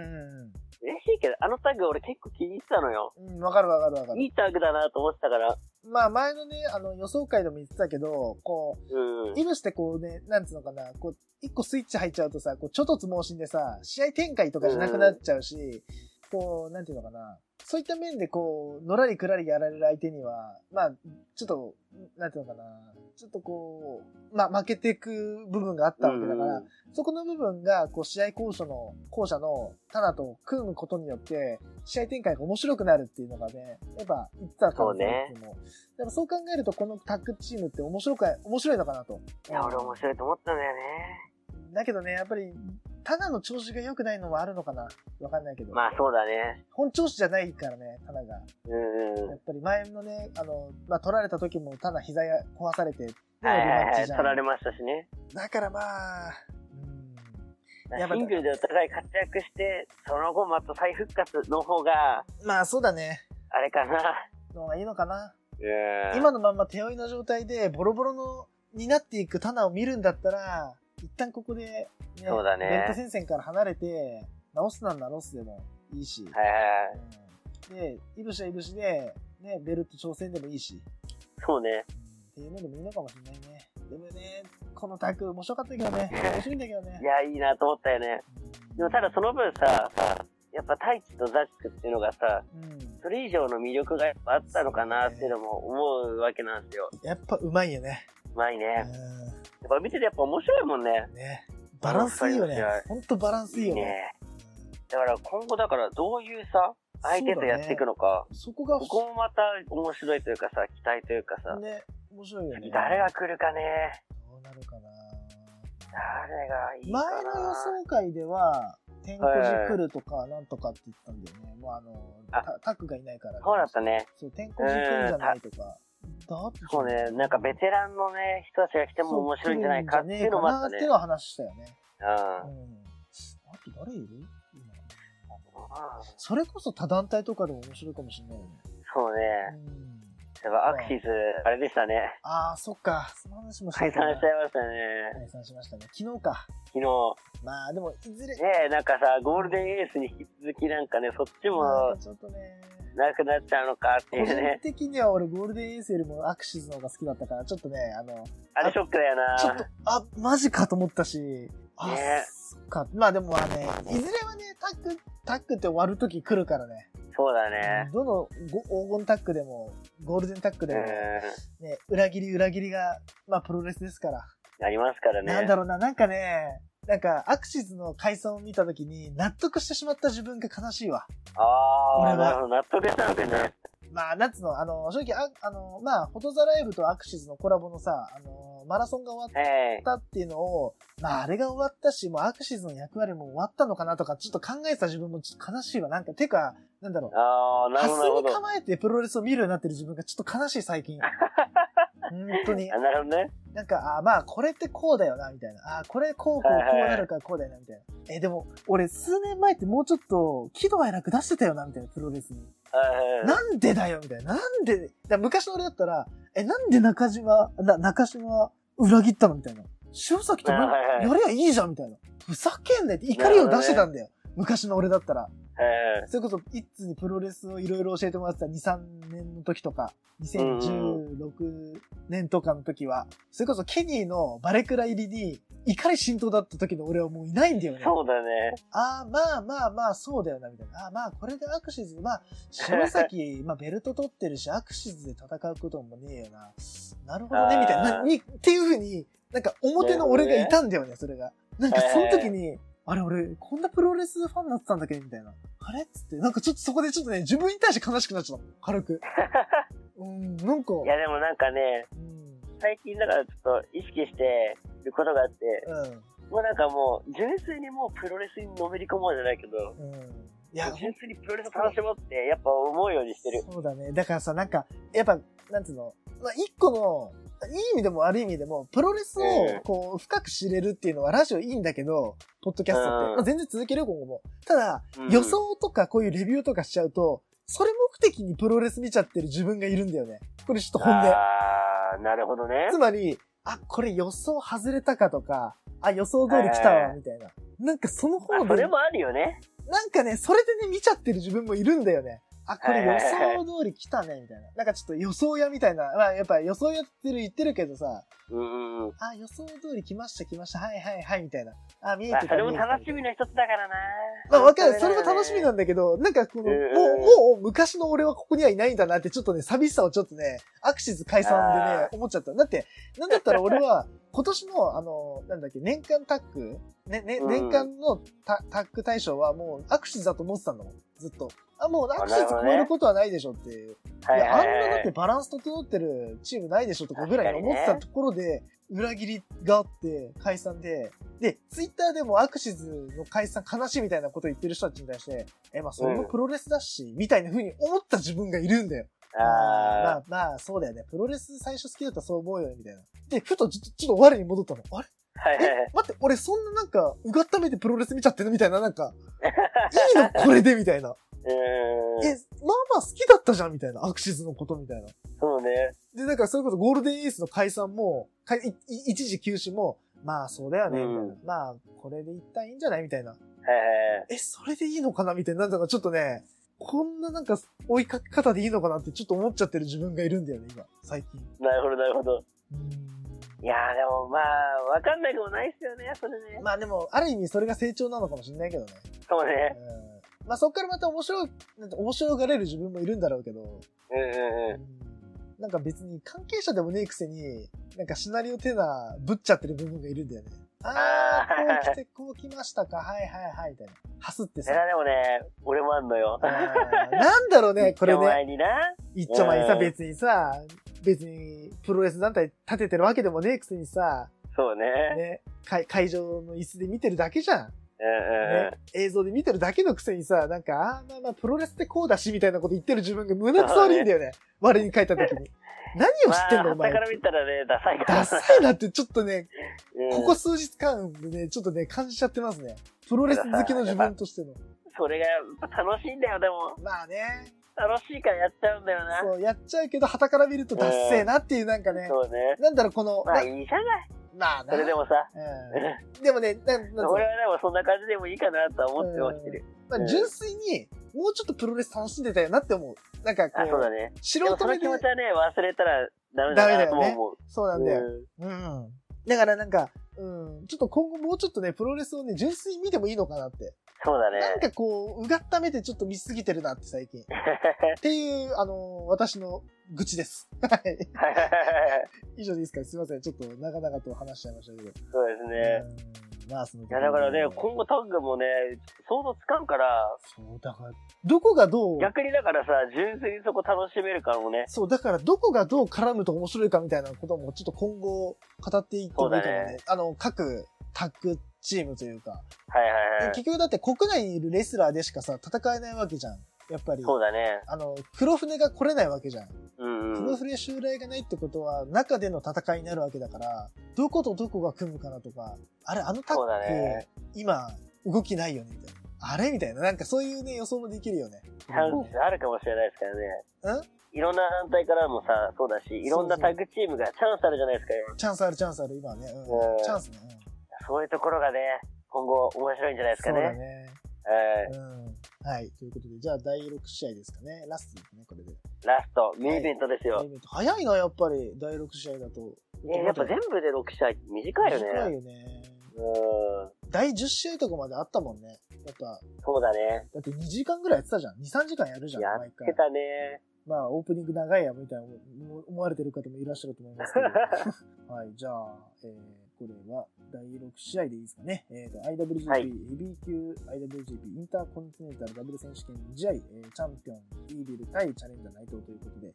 ん嬉しいけど、あのタッグ俺結構気に入ってたのよ。うん。うん、わかるわかるわかる。いいタッグだなと思ってたから。まあ前のね、あの予想会でも言ってたけど、こうん。う、イブシってこうね、なんつうのかな、こう、一個スイッチ入っちゃうとさ、こう、ちょっと盲信でさ、試合展開とかじゃなくなっちゃうし、こう、なんていうのかな、そういった面でこう、のらりくらりやられる相手には、まあ、ちょっと、なんていうのかな、ちょっとこう、まあ負けていく部分があったわけだから、うんそこの部分が、こう、試合交渉の、校舎のタナと組むことによって、試合展開が面白くなるっていうのがね、やっぱ言ってたからですけどもやっぱそう考えると、このタッグチームって面白くな、面白いのかなと。いや、俺面白いと思ったんだよね。だけどね、やっぱり、タナの調子が良くないのはあるのかなわかんないけど。まあそうだね。本調子じゃないからね、タナが。うんやうん。っぱり前のね、あの、まあ、取られた時もタナ膝が壊されて、はいはいはい。じ取ゃんられましたしね。だからまあ、うん、やっぱシングルでお互い活躍して、その後また再復活の方が、まあそうだね、あれかな。の方がいいのかな。うん。今のまんま手負いの状態でボロボロのになっていくタナを見るんだったら一旦ここで、ね、そうだねベルト戦線から離れて直すなんだろうすでもいいし、はいはいはい。うんでいぶしはいぶしで、ね、ベルト挑戦でもいいし、そうね。うんっていうのでもいいのかもしれないねでもねこのタッグ面白かったけど <laughs> ね面白いんだけどねいや、いいなと思ったよね。でもただその分さ、やっぱタイチとザックっていうのがさ、うんそれ以上の魅力がやっぱあったのかなっていうのも思うわけなんですよ。やっぱうまいよねうまいね。うやっぱ見ててやっぱ面白いもんね。んねバランスいいよね面白いほんとバランスいいいいよねね。だから今後だからどういうさ、相手とやっていくのか、うんそこがここもまた面白いというかさ、期待というかさ、ね、面白いよね。誰が来るかね、どうなるかな誰がいいかな。前の予想会では、天狗寺来るとか、なんとかって言ったんだよね。もうあの、あタタックがいないから、そうだったね。そう、天狗寺来るんじゃないとか。だってそうね、なんかベテランのね、人たちが来ても面白いんじゃないかっていうのもあったそう来るんじゃねえかなってね。いうのは話したよね。うんうん。あと誰いる今それこそ他団体とかでも面白いかもしれないよね。そうね。うん。やっぱアクシス、あれでしたね。ああ、そっか。その話もして解たな散しちゃいましたね。解散しましたね。昨日か。昨日。まあ、でも、いずれ、ねえ、なんかさ、ゴールデンエースに引き続きなんかね、そっちなんもかちょっとね、なくなっちゃうのかってい個う人ね。的には俺ゴールデンエースよりもアクシズの方が好きだったから、ちょっとね、あの、あれショックだよな。ちょっと、あ、マジかと思ったし、あ、ねそっか。まあでもまあね、いずれはね、タック、タックって終わる時来るからね。そうだね。どのご黄金タックでも、ゴールデンタックうでも、ね、ん。裏切り裏切りが、まあプロレスですから。ありますからね。なんだろうな、なんかね、なんかアクシズの解散を見た時に納得してしまった自分が悲しいわ。あ俺はあ、なるほど。納得したのかね。まあ、なんつうの、あの、正直、ああの、まあ、フォトザライブとアクシズのコラボのさ、あの、マラソンが終わっはい。たっていうのを、まあ、あれが終わったし、もうアクシズの役割も終わったのかなとか、ちょっと考えてた自分もちょっと悲しいわ。なんか、てか、なんだろう。ああ、なる発ほど、なる想ほにど。構えてプロレスを見るようになってる自分がちょっと悲しい、最近。本当にあ。なるほどね。なんか、あまあ、これってこうだよな、みたいな。あこれこう、こう、こはいはいうなるからこうだよな、みたいな。え、でも、俺、数年前ってもうちょっと、喜怒哀楽出してたよな、みたいな、プロレスに。はいは <laughs> いなんでだよみたいな。なんで、だから昔の俺だったら、え、なんで中島、な中島裏切ったのみたいな。塩崎となんはいはいはいやりゃいいじゃんみたいな。ふざけんなよって怒りを出してたんだよ。昔の俺だったら。はいはい。それこそ、いつにプロレスをいろいろ教えてもらってた2、3年の時とか、2016年とかの時は、それこそケニーのバレクラ入りに怒り浸透だった時の俺はもういないんだよね。そうだね。ああ、まあまあまあ、そうだよな、みたいな。ああ、まあ、これでアクシズ、まあ、島 <laughs> 崎、まあ、ベルト取ってるし、アクシズで戦うこともねえよな。なるほどね、あーみたいな。に、っていうふうに、なんか、表の俺がいたんだよね、それが。なんか、その時に、あれ、俺、こんなプロレスファンだったんだっけみたいな。あれっつって、なんかちょっとそこでちょっとね、自分に対して悲しくなっちゃったの。軽 <laughs> く。うん、なんか、いや、でもなんかね、うん、最近だからちょっと意識してることがあって、うん、もうなんかもう、純粋にもうプロレスにのめり込もうじゃないけど、うん。いや、純粋にプロレス楽しもうって、やっぱ思うようにしてる。そうだね。だからさ、なんか、やっぱ、なんつうの、まあ、一個の、いい意味でも悪い意味でも、プロレスえをえ、こう、深く知れるっていうのは、ラジオいいんだけど、ポッドキャストって。うんまあ、全然続けるよ、今後も。ただ、うん予想とか、こういうレビューとかしちゃうと、それ目的にプロレス見ちゃってる自分がいるんだよね。これちょっと本音。ああ、なるほどねつ。まり、あ、これ予想外れたかとか、あ、予想通り来たわ、えみたいな。なんかそのま方あ、そでれ、もあるよね。なんかね、それでね、見ちゃってる自分もいるんだよね。あ、これはいはいはい予想通り来たね、みたいな。なんかちょっと予想屋みたいな。まあ、やっぱ予想やってる言ってるけどさ、うんうんうん。あ、予想通り来ました来ました、はいはいはい、みたいな。あ、見えまあ、てそた。れも見えてた楽しみ。の一つだからな。まあ、わかる。それも楽しみなんんだけど、なんかこの、もうんう、もう昔の俺はここにはいないんだなって、ちょっとね、寂しさをちょっとね、アクシズ解散でねあ、思っちゃった。だって、なんだったら俺は、今年の、あの、なんだっけ、年間タッグね、ね、うん年間のタタッグ大賞はもうアクシズだと思ってたんだもん。ずっと。あ、もうアクシズ超えることはないでしょっていう。はいいや、はあんいはいなだってバランス整ってるチームないでしょとかぐらいに思ってたところで、裏切りがあって、解散で、で、ツイッターでもアクシズの解散悲しいみたいなことを言ってる人たちに対して、え、まあそれもプロレスだし、みたいな風に思った自分がいるんだよ。あまあまあ、そうだよね。プロレス最初好きだったらそう思うよね、みたいな。で、ふとちょちょっと我に戻ったの。あ <laughs> れあ。はいはいはいえ、待って、俺そんななんか、うがっためてプロレス見ちゃってるみたいな、なん <laughs> か、いいのこれでみたいな。うーえん。、まあまあ好きだったじゃんみたいな。アクシズのことみたいな。そうね。で、だからそれこそゴールデンエースの解散も、かいい一時休止も、まあそうだよね、みたいな。うんまあ、これで一旦いいんじゃないみたいな。はいはいはい。え、それでいいのかなみたいな。なんだかちょっとね、こんななんか追いかけ方でいいのかなってちょっと思っちゃってる自分がいるんだよね、今、最近。なるほど、なるほど。うーいやー、でもまあ、わかんなくもないっすよね、それねん。まあでも、ある意味それが成長なのかもしれないけどね。そううね。ん。まあそっからまた面白い、なんて面白がれる自分もいるんだろうけど、うんうんうん。うんなんか別に関係者でもねえくせに、なんかシナリオテナーぶっちゃってる部分がいるんだよね。ああー、こーう来て、こう来ましたか、はいはいはい、みたいな。はすってそされ。はでもね、俺もあんのよ。あーなんだろうね、これ一丁前ね。にな。一丁前にさ、うん別にさ、別にプロレス団体立ててるわけでもねえくせにさ、そうね。ね、会会場の椅子で見てるだけじゃん。うんうんうんね。、映像で見てるだけのくせにさ、なんか、あーまあまあ、プロレスってこうだし、みたいなこと言ってる自分が胸くそ悪いんだよね。我に書いた時に。何を知ってんだ、まあお前旗。から見たらね、ダサいから。ダサいなって、ちょっとね、 <laughs> うんここ数日間でね、ちょっとね、感じちゃってますね。プロレス好きの自分としての。それがやっぱ楽しいんだよ、でも。まあね、楽しいからやっちゃうんだよな。そう、やっちゃうけど、旗から見るとダッセーなっていう、なんかね、そうね。なんだろう、この、まあないいじゃない。まあそれでも、もさ。うん。でもね、ななんつうの俺はでもそんな感じでもいいかなとは思ってはきてる。まあ、純粋に、もうちょっとプロレス楽しんでたよなって思う。なんかこあ、そうだう、ね。素でも人そ目ので気、持ちはね、忘れたらダメだなとも思う。そうなんだよ。うん。だからなんか、うん、ちょっと今後もうちょっとね、プロレスをね、純粋に見てもいいのかなって。そうだなんね。かこう、うがった目でちょっと見すぎてるなって最 <laughs> 近。っていう、あのー私の愚痴です。はい。以上でいいですかすいません。ちょっと長々と話しちゃいましたけど。そうですね。うんまあ、その。いや、だからね、今後タッグもね、想像つかんから、そう、だから、どこがどう、逆にだからさ、純粋にそこ楽しめるからもね。そう、だからどこがどう絡むと面白いかみたいなこともちょっと今後語っていってもいいかもそうね。だねあの、各タッグチームというか。はいはいはい。結局だって国内にいるレスラーでしかさ、戦えないわけじゃん。やっぱり。そうだね。あの、黒船が来れないわけじゃん。うんう黒ん。船襲来がないってことは、中での戦いになるわけだから、どことどこが組むかなとか、あれ、あのタッそうグだ、ね。今、動きないよね、みたいな。あれみたいな。なんかそういうね、予想もできるよね。チャンスあるかもしれないですからね。いろんな団体からもさ、そうだし、いろんなタッグチームがチャンスあるじゃないですか、今。チャンスある、チャンスある、今はね。うんうんチャンスね。うんそういうところがね、今後面白いんじゃないですそかうだね。ね。えうん。はい。ということで、じゃあ第6試合ですかね。ラストですね、これで。ーラスト、メインイベントですよ。早いな、やっぱり。第6試合だと。えーやっぱ全部で6試合短いよね。短いよね。うん。第10試合とかまであったもんね。やっぱ、そうだね。だって2時間ぐらいやってたじゃん。2、3時間やるじゃんや、っ毎て回。たね。まあ、オープニング長いや、みたいな思思われてる方もいらっしゃると思いますけ <laughs> ど。はい、じゃあ、えー、これは第6試合でいいですかね。えー、と、IWGP、はいヘビー級 IWGP インターコンチネンタルダブル選手権2試合、えーチャンピオン、イービル対チャレンジャー内藤ということで、え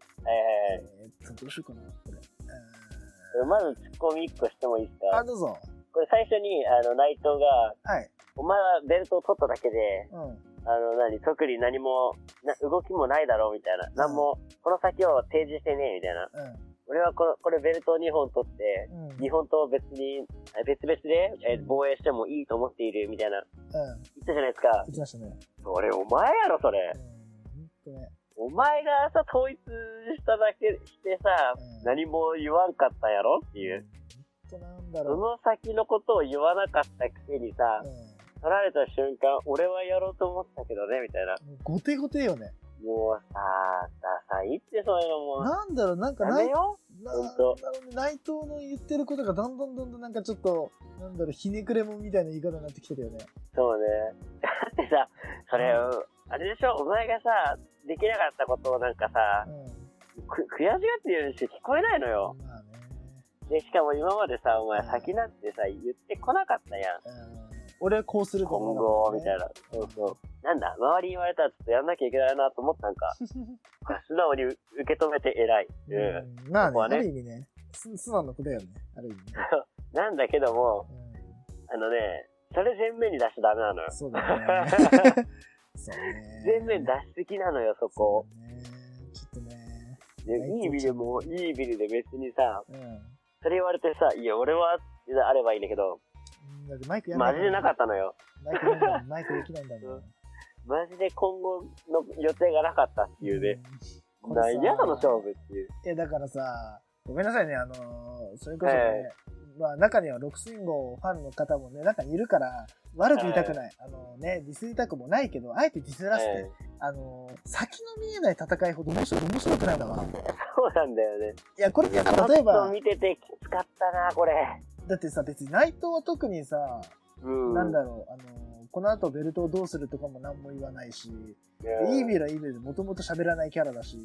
えーと、どうしようかな、これ。ーまずツッコミ1個してもいいですあーあ、かどうぞ。これ最初に、あの、内藤が、はい。お前はベルトを取っただけで、うん。あの、何、特に何も、な動きもないだろうみたいな。何も、この先を提示してねえみたいな。俺はこの、これベルトを2本取って、うん。うん。日本と別に、え別々でえ防衛してもいいと思っているみたいな、うん。言ったじゃないですか打。ちましたね。それお前やろ、それう。ん。ほんとね。お前がさ、統一しただけしてさうん、何も言わんかったやろっていう。本となんだそろの先のことを言わなかったくせにさう。、取られた瞬間、俺はやろうと思ったけどね、みたいな。うん。もう後手後手よね。もうさ、ダサいって、そういうのも。なんだろう、なんかやなめい、よなほなんんだろとうね、内藤の言ってることがどんどんどんどんなんかちょっと、なんだろう、ひねくれもんみたいな言い方になってきてるよね。そうね。 <laughs> だってさ、それ、あれでしょ、お前がさ、できなかったことをなんかさう、く悔しがってるようにしか聞こえないのよ。ん。まあね。で、しかも今までさ、お前うん先なんてさ、言ってこなかったやうん。ん俺はこうすると今思う後、みたいな。そうそう。なんだ、周りに言われたらちょっとやんなきゃいけないなと思った <laughs> んか。これ素直に受け止めて偉い。うん。うんまあねここはねある意味ね、す素直な子だよね。ある意味ね。なんだけども、うあのね、それ全面に出しちゃダメなのよん、。そう <laughs> だね。そうね。全面出しすぎなのよ、そこ。そうね。ちょっとね。でいいビルも、いいビルで別にさ、うそれ言われてさ、いや、俺は、あればいいんだけど、ん。だってマイクやんマジでなかったのよ。マイクやんないもんマイクできないんだもん。マジで今後の予定がなかったっていうね。うん。なんや、その勝負。負っていう。え、だからさ、ごめんなさいね、あのー、それこそね、はいまあ中には六信号ファンの方もね、中にいるから、悪く言いたくない。あのね、ディスりたくもないけど、あえてディスらせて、ええあのー、先の見えない戦いほど面白い面白くないんだわ。そうなんだよね。いや、これってさ、ち例ょえっとば、見ててきつかったな、これ。だってさ、別に内藤は特にさ、うん。なんだろう、あのー、この後ベルトをどうするとかも何も言わないし、うんイービルはイービルでもともと喋らないキャラだし、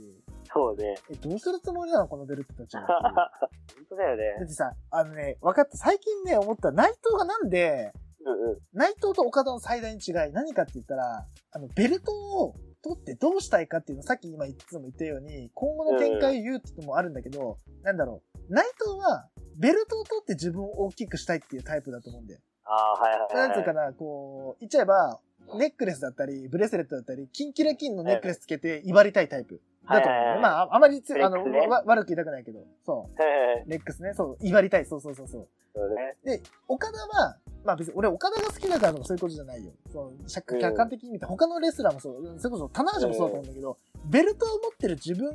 そうね。え、どうするつもりなのこのベルトたちはってい <laughs> う。本当だよだっね。てさ、あのね、分かった。最近ね、思った内藤がなんで、うんうん。内藤と岡田の最大の違い、何かって言ったら、あの、ベルトを取ってどうしたいかっていうの、さっき今いつも言ったように、今後の展開を言うってのもあるんだけど、なんだろう。内藤は、ベルトを取って自分を大きくしたいっていうタイプだと思うんだよ。ああ、はいはいはない。んつうかな、こう、言っちゃえば、ネックレスだったり、ブレスレットだったり、キンキラキンのネックレスつけて威張りたいタイプ。だと思うはいはいはね。いまああ、あまりつ、フレあックの、スねわ悪く言いたくないけど、そ。はいはいはいうレックスね、そう、威張りたい、そうそうそうそう。そうね。で、岡田は、まあ別に俺岡田が好きだからとかそういうことじゃないよ。そう、しゃ客観的に見て、他のレスラーもそう、それこそ棚橋もそうだと思うんだけど、ベルトを持ってる自分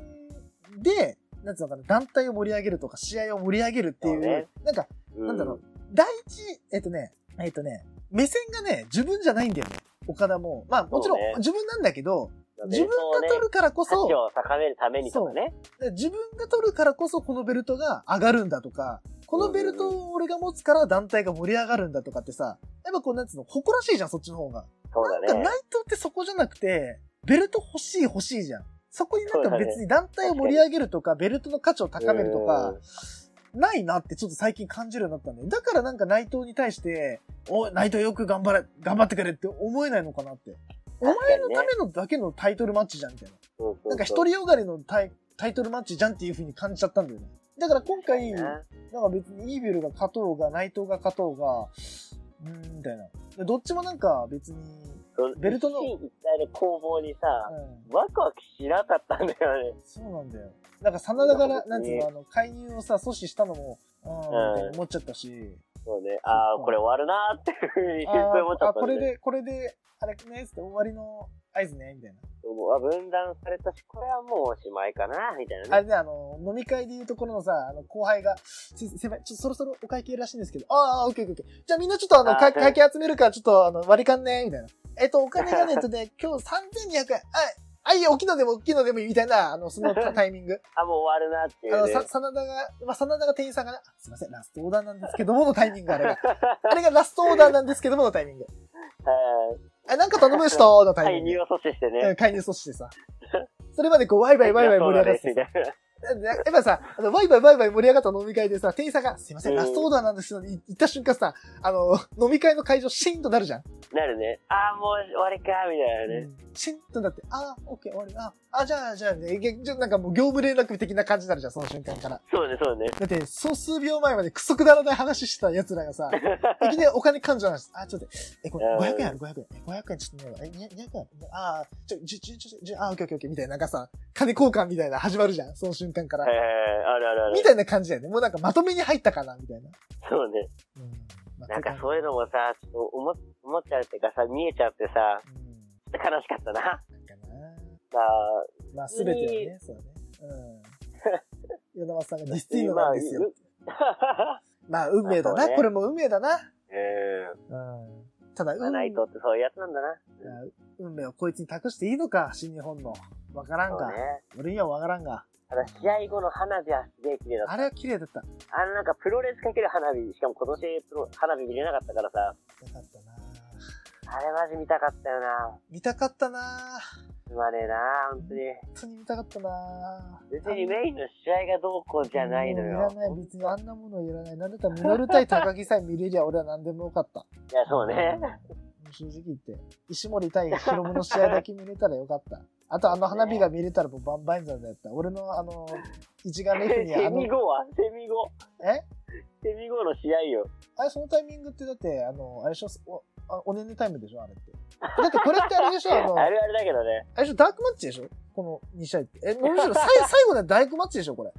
で、なんつうのかな、団体を盛り上げるとか、試合を盛り上げるっていう、そうねなんか、うなんだろう。、第一、えっとね、えっとね、目線がね、自分じゃないんだよね。岡田も。まあもちろんそうね自分なんだけど、まあ自分が取るからこベルトそ、をね価値を高めるためにとかね。自分が取るからこそこのベルトが上がるんだとか、このベルトを俺が持つから団体が盛り上がるんだとかってさ、やっぱこうなんつうの、誇らしいじゃん、そっちの方が。そうだなんねか。内藤ってそこじゃなくて、ベルト欲しい欲しいじゃん。そこになんか別に団体を盛り上げるとか、ベルトの価値を高めるとか、ないなってちょっと最近感じるようになったんだよ。だからなんか内藤に対して、おい、内藤よく頑張れ、頑張ってくれって思えないのかなって。お前のためのだけのタイトルマッチじゃん、みたいな。なんか一人よがりのタイタイトルマッチじゃんっていう風に感じちゃったんだよね。だから今回、ねなんか別にイービルが勝とうが、内藤が勝とうが、うーん、みたいな。でどっちもなんか別に、ベルトの一進一退の攻防にさ、うん、ワクワクしなかったんだよね。そうなんだよ。なんか真田から、そうなだんねていうの、あの、介入をさ、阻止したのも、うーん、みたいな思っちゃったし、そうね。ああ、これ終わるなーっていうふうに、あそう思っちーゃあ、ったこんだれよね。で、これで、あれね、つって終わりの合図ね、みたいな。もうあ分断されたし、これはもうおしまいかな、みたいあなね。れね、あの、飲み会でいうところのさ、あの、後輩が、せ、せばい、ちょっとそろそろお会計らしいんですけど、ああ、オッケーオッケーオッケー。じゃあみんなちょっとあの、あー会そう会計集めるから、ちょっとあの、割り勘ね、みたいな。えっと、お金がね、えっとね、 <laughs> 今日3200円。あ、あ、いいよ、大きいのでも大きいのでもいい、みたいな、あの、そ <laughs> のタタイミング。あ、もう終わるなっていあうの、ね。さ、真田が、まあ、真田が店員さんがね、あすいません、ラストオーダーなんですけどものタイミング、あ <laughs> れが。あれがラストオーダーなんですけどものタイミング。はいあ、なんか頼む人のタイミ介ング。入を阻止してうねん。介入阻止してさ。それまでこう、ワイワイワイワイ盛り上がってそうさだ。ねみたいな <laughs> やっぱさ、あの、ワイワイワイワイ盛り上がった飲み会でさ、店員さんが、すいません、うんラストオーダーなんですよ、い言った瞬間さ、あの、飲み会の会場シーンとなるじゃん。なるね。ああ、もう終わりか、みたいなね。シーンとなって、あー、オッケー、終わり、あー、あ、じゃあ、じゃあ、ね、げじゃあなんかもう業務連絡的な感じになるじゃん、その瞬間から。そうね、そうね。だって、そう数秒前までクソくだらない話してた奴らが <laughs> さ、いきなりお金勘定の話、あ、ちょっと待って、え、これうん500円ある、500円、え500円ちょっとね、え、200円ある、あー、ちょ、ちょ、ちょ、ちょ、ちょ、あー、オッケーオッケーオッケーみたいな、なんかさ、金交換みたいな始まるじゃん、その瞬間からはい。はいはいあるあるあるみ。たいな感じだよね。もうなんかまとめに入ったかな、みたいな。そうね。うんなんかそういうの、もさ、ちょっと思っ思っちゃうっていうかさ、見えちゃってさ、まあうん、ちょっと悲しかったな。なんかな。さあ、まあ、すべてはね、そうだね。うん。ヨダマスさんがディスティーノまなあんですよ。まあ、運命だまあな。そうねこれも運命だな。ううん。ただ、ん。まあ、運ナイトってそういうやつなんだな。運命をこいつに託していいのか、新日本の。わからんそうか。ね。俺にはわからんが。ただ、試合後の花火はすげえ綺麗だった。あれは綺麗だった。あの、なんかプロレスかける花火、しかも今年プロ花火見れなかったからさ、見たかったなあれマジ見たかったよな。見たかったなすまねえな、本当に。本当に見たかったな別にメインの試合がどうこうじゃないのもようい。らない。別にあんなものいらない。なんだったら、ミノル対高木さえ見れりゃ俺は何でもよかった。いや、そうね。うん正直言って。石森対ヒロムの試合だけ見れたらよかった。あとあの花火が見れたらもうバンバインザーだった。俺のあの、一眼レフにあセの <laughs> ミ、号はセミ号。えセミ号の試合よ。あれ、そのタイミングってだって、あの、あれでしょ、お、あおねんねタイムでしょあれって。だってこれってあれでしょあの、 <laughs> ああれるあるだけどね。でしょダークマッチでしょこの2試合って。え、むしろ <laughs> さい最後のダークマッチでしょこれ。だ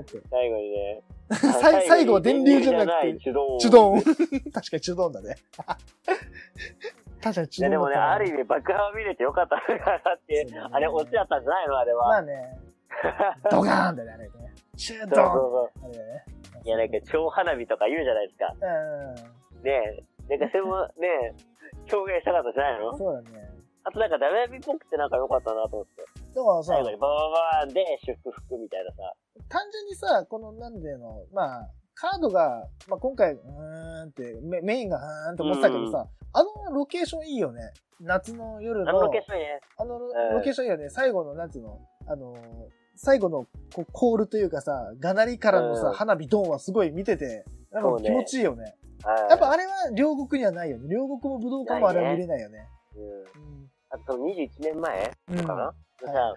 って。最後にね。 <laughs> さい最後は電流じゃなくて、手動。チュ <laughs> ドーン。確かにチュドーンだね。 <laughs> 確かにチュドーンだっいや、でもね、たなある意味爆破を見れてよかったのかなってそうだね。あれ、落ちだったんじゃないのあれまは。あね、ドガーンだね、あれね。チュそうドそうーン。あそれだね。う。いや、なんか超花火とか言うじゃないですか。ねえ。なんかそれもねえ、表現したかったじゃないうん。のそうだね。あとなんか WB っぽくてなんか良かったなと思って。だからさ最、後にバババーンで祝福みたいなさ。単純にさ、このなんでの、まあ、カードが、まあ、今回、うーんってメ、メインがうーんって思ってたけどさ、あのロケーションいいよね。夏の夜の、ああののロロケーションね。うんケーションいいよね。最後の、なんていうの、あのー、最後のこうコールというかさ、がなりからのさ、うん花火ドンはすごい見てて、なんそかうね気持ちいいよね。はいやっぱあれは両国にはないよね。両国も武道館もあれは見れないよね。うんうんあと21年前うん。かな、はいさは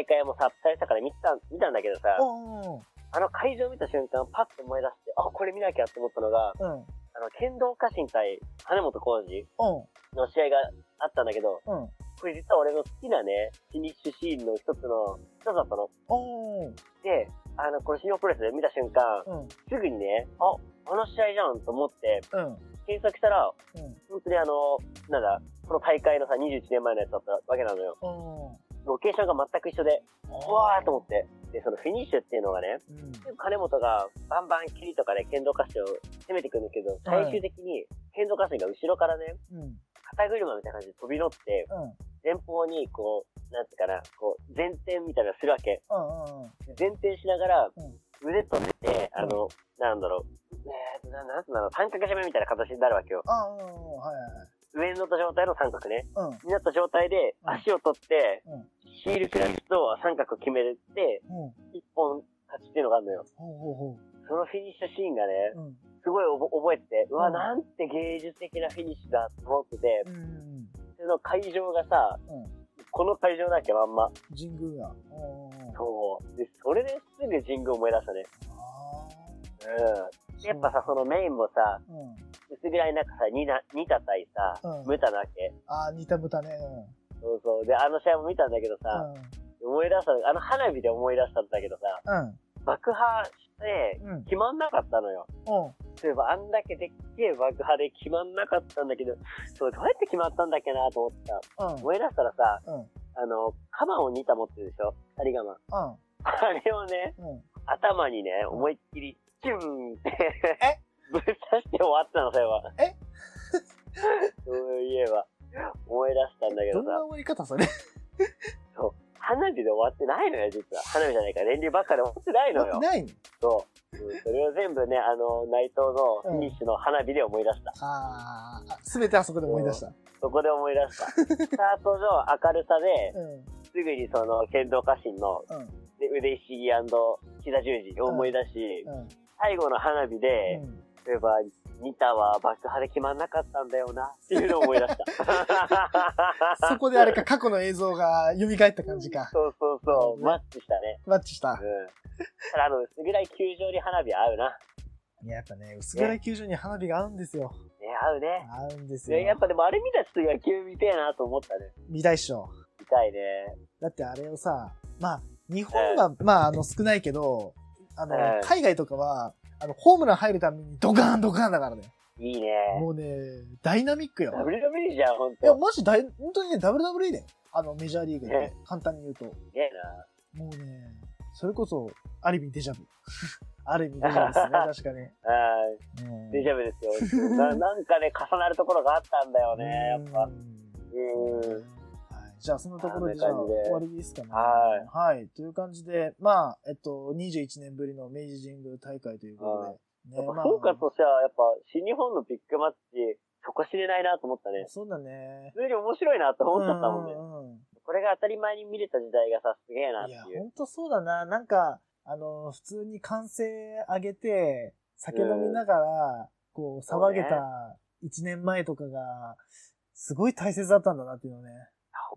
い、大会もさ、されたから見てた、見たんだけどさ、うんうんあの会場見た瞬間、パッと思い出して、あ、これ見なきゃって思ったのが、うん。うん。あの、剣道家臣対羽本浩二の試合があったんだけど、うん。これ実は俺の好きなね、フィニッシュシーンの一つの、一つだったの。うん。で、あの、この新日本プロレスで見た瞬間、うん。すぐにね、あ、あの試合じゃんと思って、うん。検索したら、うん。本当にあの、なんだ、この大会のさ、21年前のやつだったわけなのよ。うん。ロケーションが全く一緒で、うわーと思って。で、そのフィニッシュっていうのがね、うん。金本がバンバン蹴りとかで剣道家臣を攻めてくるんだけど、はい最終的に剣道家臣が後ろからね、うん。肩車みたいな感じで飛び乗って、うん。前方にこう、なんていうかな、こう、前転みたいなのするわけ。うん。うん。前転しながらうん、腕と出て、あの、なんだろう、えーななんつうんだろう、三角締めみたいな形になるわけよ。ああ、はいはい上に乗った状態の三角ね。はい。うん。になった状態で、うん足を取ってうん、ヒールクラッチと三角決めて、ほう一本勝ちっていうのがあるのよ。ほうほそのフィニッシュシーンがね、う。うん。すごいおぼ覚えてて、ううわ、んなんて芸術的なフィニッシュだと思っててう、ん。その会場がさ、うんこの会場だっけ、まんま。神宮が。うん。そう。で、それですぐ神宮思い出したね。あうん。でやっぱさ、そのメインもさ、あ。うん。薄暗い中さ、ニタニタ対さ、うんムタなわけ。ああ、似たぶたね。そうそう。で、あの試合も見たんだけどうさ、ん。思い出したの、あの花火で思い出したんだけどさ、うん。爆破して、うん。うん。決まんなかったのよ。そういえば、あんだけでっけえ爆破で決まんなかったんだけど、そう、どうやって決まったんだっけなと思ってさ、うん。思い出したらさ、うん。うん。あの、カバンを2た持ってるでしょ二人ガマン。あれをね、うん。頭にね、思いっきり、チューンって、えぶっ刺して終わったの、それは。え <laughs> そういえば、思い出したんだけどどんなさ、終わり方それ花火で終わってないのよ、実は。花火じゃないか、連流ばっかで終わってないのよ。ないのそう。うんそれを全部ね、あの、内藤のフィニッシュの花火で思い出した。ああ、すべてあそこで思い出した。そこで思い出 <laughs> した。スタートの明るさで、うん。うん。すぐにその、剣道家臣のうんで腕ひしぎ膝十字を思い出し、うん。最後の花火で、例えば、ニタは爆破で決まんなかったんだよな、っていうのを思い出した。 <laughs> そこであれか、過去の映像が蘇った感じか。そうそうそう、マッチしたね。マッチしたうん。。ただ、あの、薄暗い球場に花火合うな。いや、やっぱね、薄暗い球場に花火が合うんですよ。ね、合うね。合うんですよね。やっぱでもあれ見たらちょっと野球見てえなと思ったね。見たいっしょ。見たいね。だってあれをさ、まあ、日本は、まあ、あの、少ないけど、あの、ええ海外とかは、あの、ホームラン入るためにドカーンドカーンだからね。いいね。もうね、ダイナミックよ。 WWE じゃん、ほんいや、と。マジだい、本当にね、WWE だよ。あの、メジャーリーグで、ね簡単に言うと。すげえな。もうね、それこそ、アリビンデジャブ。 <laughs> ある意味でいい <laughs> ですね、はい。確かに。うんデジャブで <laughs> すよ。ななんかね、重なるところがあったんだよね、やっぱ。うんうはんい。じゃあ、そのところで、じゃあ、こんな感じで終わりですかね。。はいはい。という感じで、まあ、えっと、21年ぶりの明治神宮大会ということで。やっぱまあ総括としては、やっぱ新日本のビッグマッチ、そこ知れないなと思ったね。そうだね。普通に面白いなと思っちゃったもんね。うんうんうんこれが当たり前に見れた時代がさ、すげえなっいてや、いう。ほんとそうだな。なんか、あの、普通に歓声上げて、酒飲みながら、こう、そう騒ねげた1年前とかが、すごい大切だったんだなっていうのをね。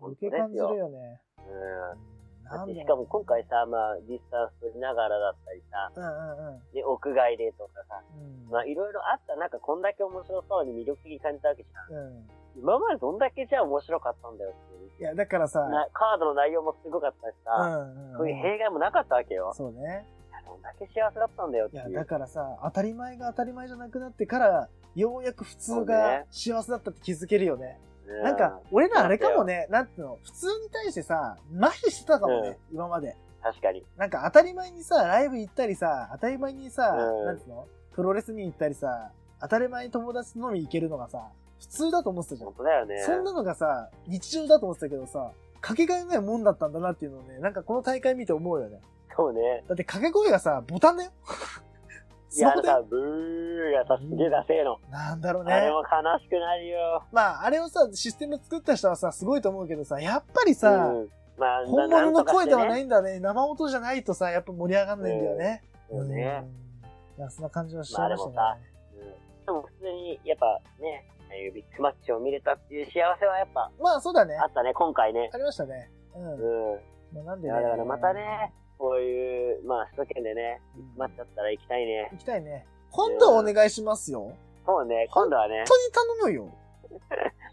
本受け当で感すじるよ。よね。うんだなっんてだろうしかも今回さ、まあ、ディスタンス取りながらだったりさ、うんうんうんで、屋外でとかさ、うん。まあ、いろいろあった中、こんだけ面白そうに魅力的に感じたわけじゃん。うん。今までどんだけじゃあ面白かったんだよっていう。いや、だからさ、なカードの内容もすごかったしうさ、んうんそういう弊害もなかったわけよ。そうね。どんだけ幸せだったんだよっいていや、う。だからさ、当たり前が当たり前じゃなくなってから、ようやく普通そうがね幸せだったって気づけるよね。うなんか、、俺らあれかもね、なんていうの、普通に対してさ、麻痺してたかもね、今まで。確かに。なんか当たり前にさ、ライブ行ったりさ、当たり前にさ、うんなんていうの、プロレスに行ったりさ、当たり前に友達と飲み行けるのがさ、普通だと思ってたじゃん本。当だよね。そんなのがさ、日常だと思ってたけどさ、かけがえのないもんだったんだなっていうのをね、なんかこの大会見て思うよね。そうね。だって掛け声がさ、ボタンだ <laughs> よ。いスや、マあホのだよさ、ブーがさ、すげえダセえの。なんだろうあれね。も悲しくなるよ。まあ、あれをさ、システム作った人はさ、すごいと思うけどさ、やっぱりさ、うん、まあ、。本物の声ではないいんだね。生音じゃないとさ、やっぱ盛り上がんないんだよね。そうね。うん。いや、そんな感じはしちゃいましたね。まあうんでも普通に、やっぱね、ああいうビッグマッチを見れたっていう幸せはやっぱまあ、そうだね。あったね、今回ね。ありましたね。うん。うん。まあ、なんいでね。やだからまたね、こういう、まあ、首都圏でね、待っちゃったら行きたいね。行きたいね。今度はお願いしますよ。本そうね、今度はね、当に頼むよ。。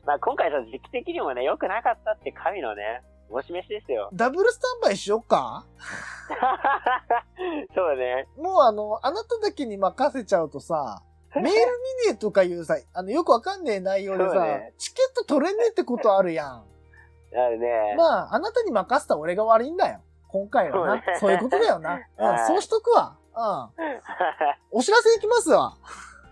まあ今回さ、時期的にもね、良くなかったって神のね、お示しですよ <laughs> ダブルスタンバイしよっかそうね。もうあの、あなただけに任せちゃうと <laughs> さ、メール見ねえとかいうさ、あの、よくわかんねえ内容でそうさ、ねチケット取れねえってことあるやん。ある <laughs> ね。 <laughs> まあ、あなたに任せた俺が悪いんだよ。今回はな。そそううねいうことだよな。はうん、いそうしとくわ。うん。お知らせいきますわ。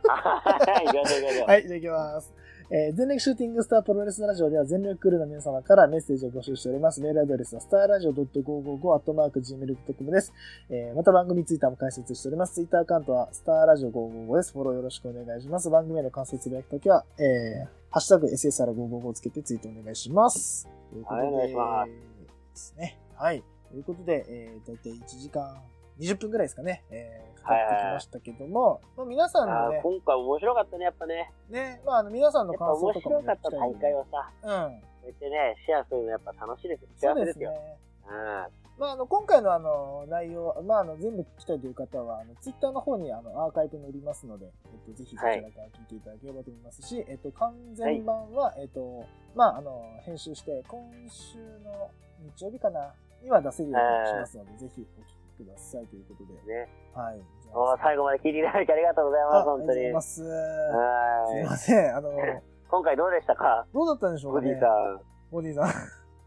はい、行きましょう行きましょう。はい、じゃあいきます。えー全力シューティングスタープロレスラジオでは全力クルーの皆様からメッセージを募集しております。メールアドレスはスターラジオ .555-gmail.com です。えーまた番組ツイッターも開設しております。ツイッターアカウントはスターラジオ555です。フォローよろしくお願いします。番組への感想つぶやくときは、えーハッシュタグ SSR555 をつけてツイートお願いします。ということで、はいお願いしますですね。はい。ということで、えー、だいたい1時間20分くらいですかね、えーかかってきましたけども、まあ皆さんあのーね、今回面白かったね、やっぱね。ね、まあ、あの、皆さんのやっぱ感想と面か白も、かった大会をさ、うん。こうやってね、シェアするのやっぱ楽しいですよ。そ幸うせでですすよ。ね。うん。まあ、あの、今回のあの、内容、まあ、あの、全部聞きたいという方は、あの、ツイッターの方に、あの、アーカイブ載りますので、えっと、ぜひ、こちらから聞いていただければと思いますし、えっと、完全版は、えっと、まあ、あの、編集して、今週の日曜日かな、には出せるようにしますので、ぜひ、お聞きくださいということで。ね。はい。じゃおー最後まで聞いていただきありがとうございあます、あり本が当とうございに。ます。すいはません。あの、い。今回どうでしたかどうだったんでしょうボかデねィ。さん。ボディさん。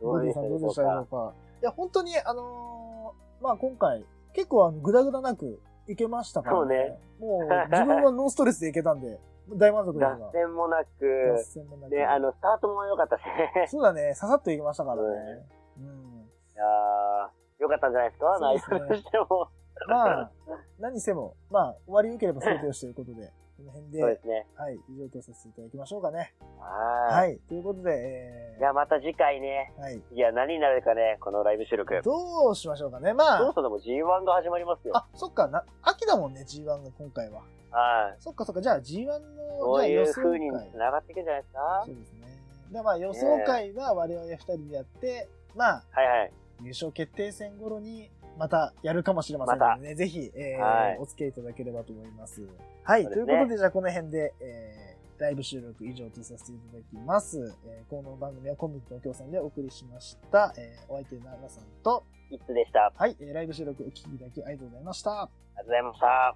ボディさんどうでしたでしょうか。いや、本当に、あのーまあ今回、結構あの、ぐだぐだなくいけましたから、そうね。もう、自分はノーストレスでいけたんで、大満足です脱線もな今。く、線もなくで、あの、スタートも <laughs> 良かったしね。そうだね、ささっといけましたからね。うん。いやー、良かったんじゃないですか内そう容でとしても。まあ、何せも、まあ、終わり良ければ全てよしということ <laughs> で、この辺で、そうはいですね。、以上とさせていただきましょうかね。は。はいい、ということで、えじゃあまた次回ね。ー、はい。いや、何になるかね、このライブ収録。どうしましょうかね。そまもあ、そも G1 が始まりますよ。あ、そっか、な、秋だもんね、G1 が今回は。はい。そっかそっか、じゃあ G1 のそじゃあうい予う想風に会。繋がっていくんじゃないですかはそうですね。で、まあ予想会は我々二人でやって、まあいはい。優勝決定戦頃にまたやるかもしれませんのでね、ぜひ、えーはいお付き合いいただければと思います。はい、そうといでうすねことで、じゃあこの辺で、えーライブ収録以上とさせていただきます。えーこの番組はコンビニと協賛でお送りしました。えーお相手の奈良さんと、いつでした。ありはい、えーライブ収録お聞きいただきありがとうございました。がとうございました。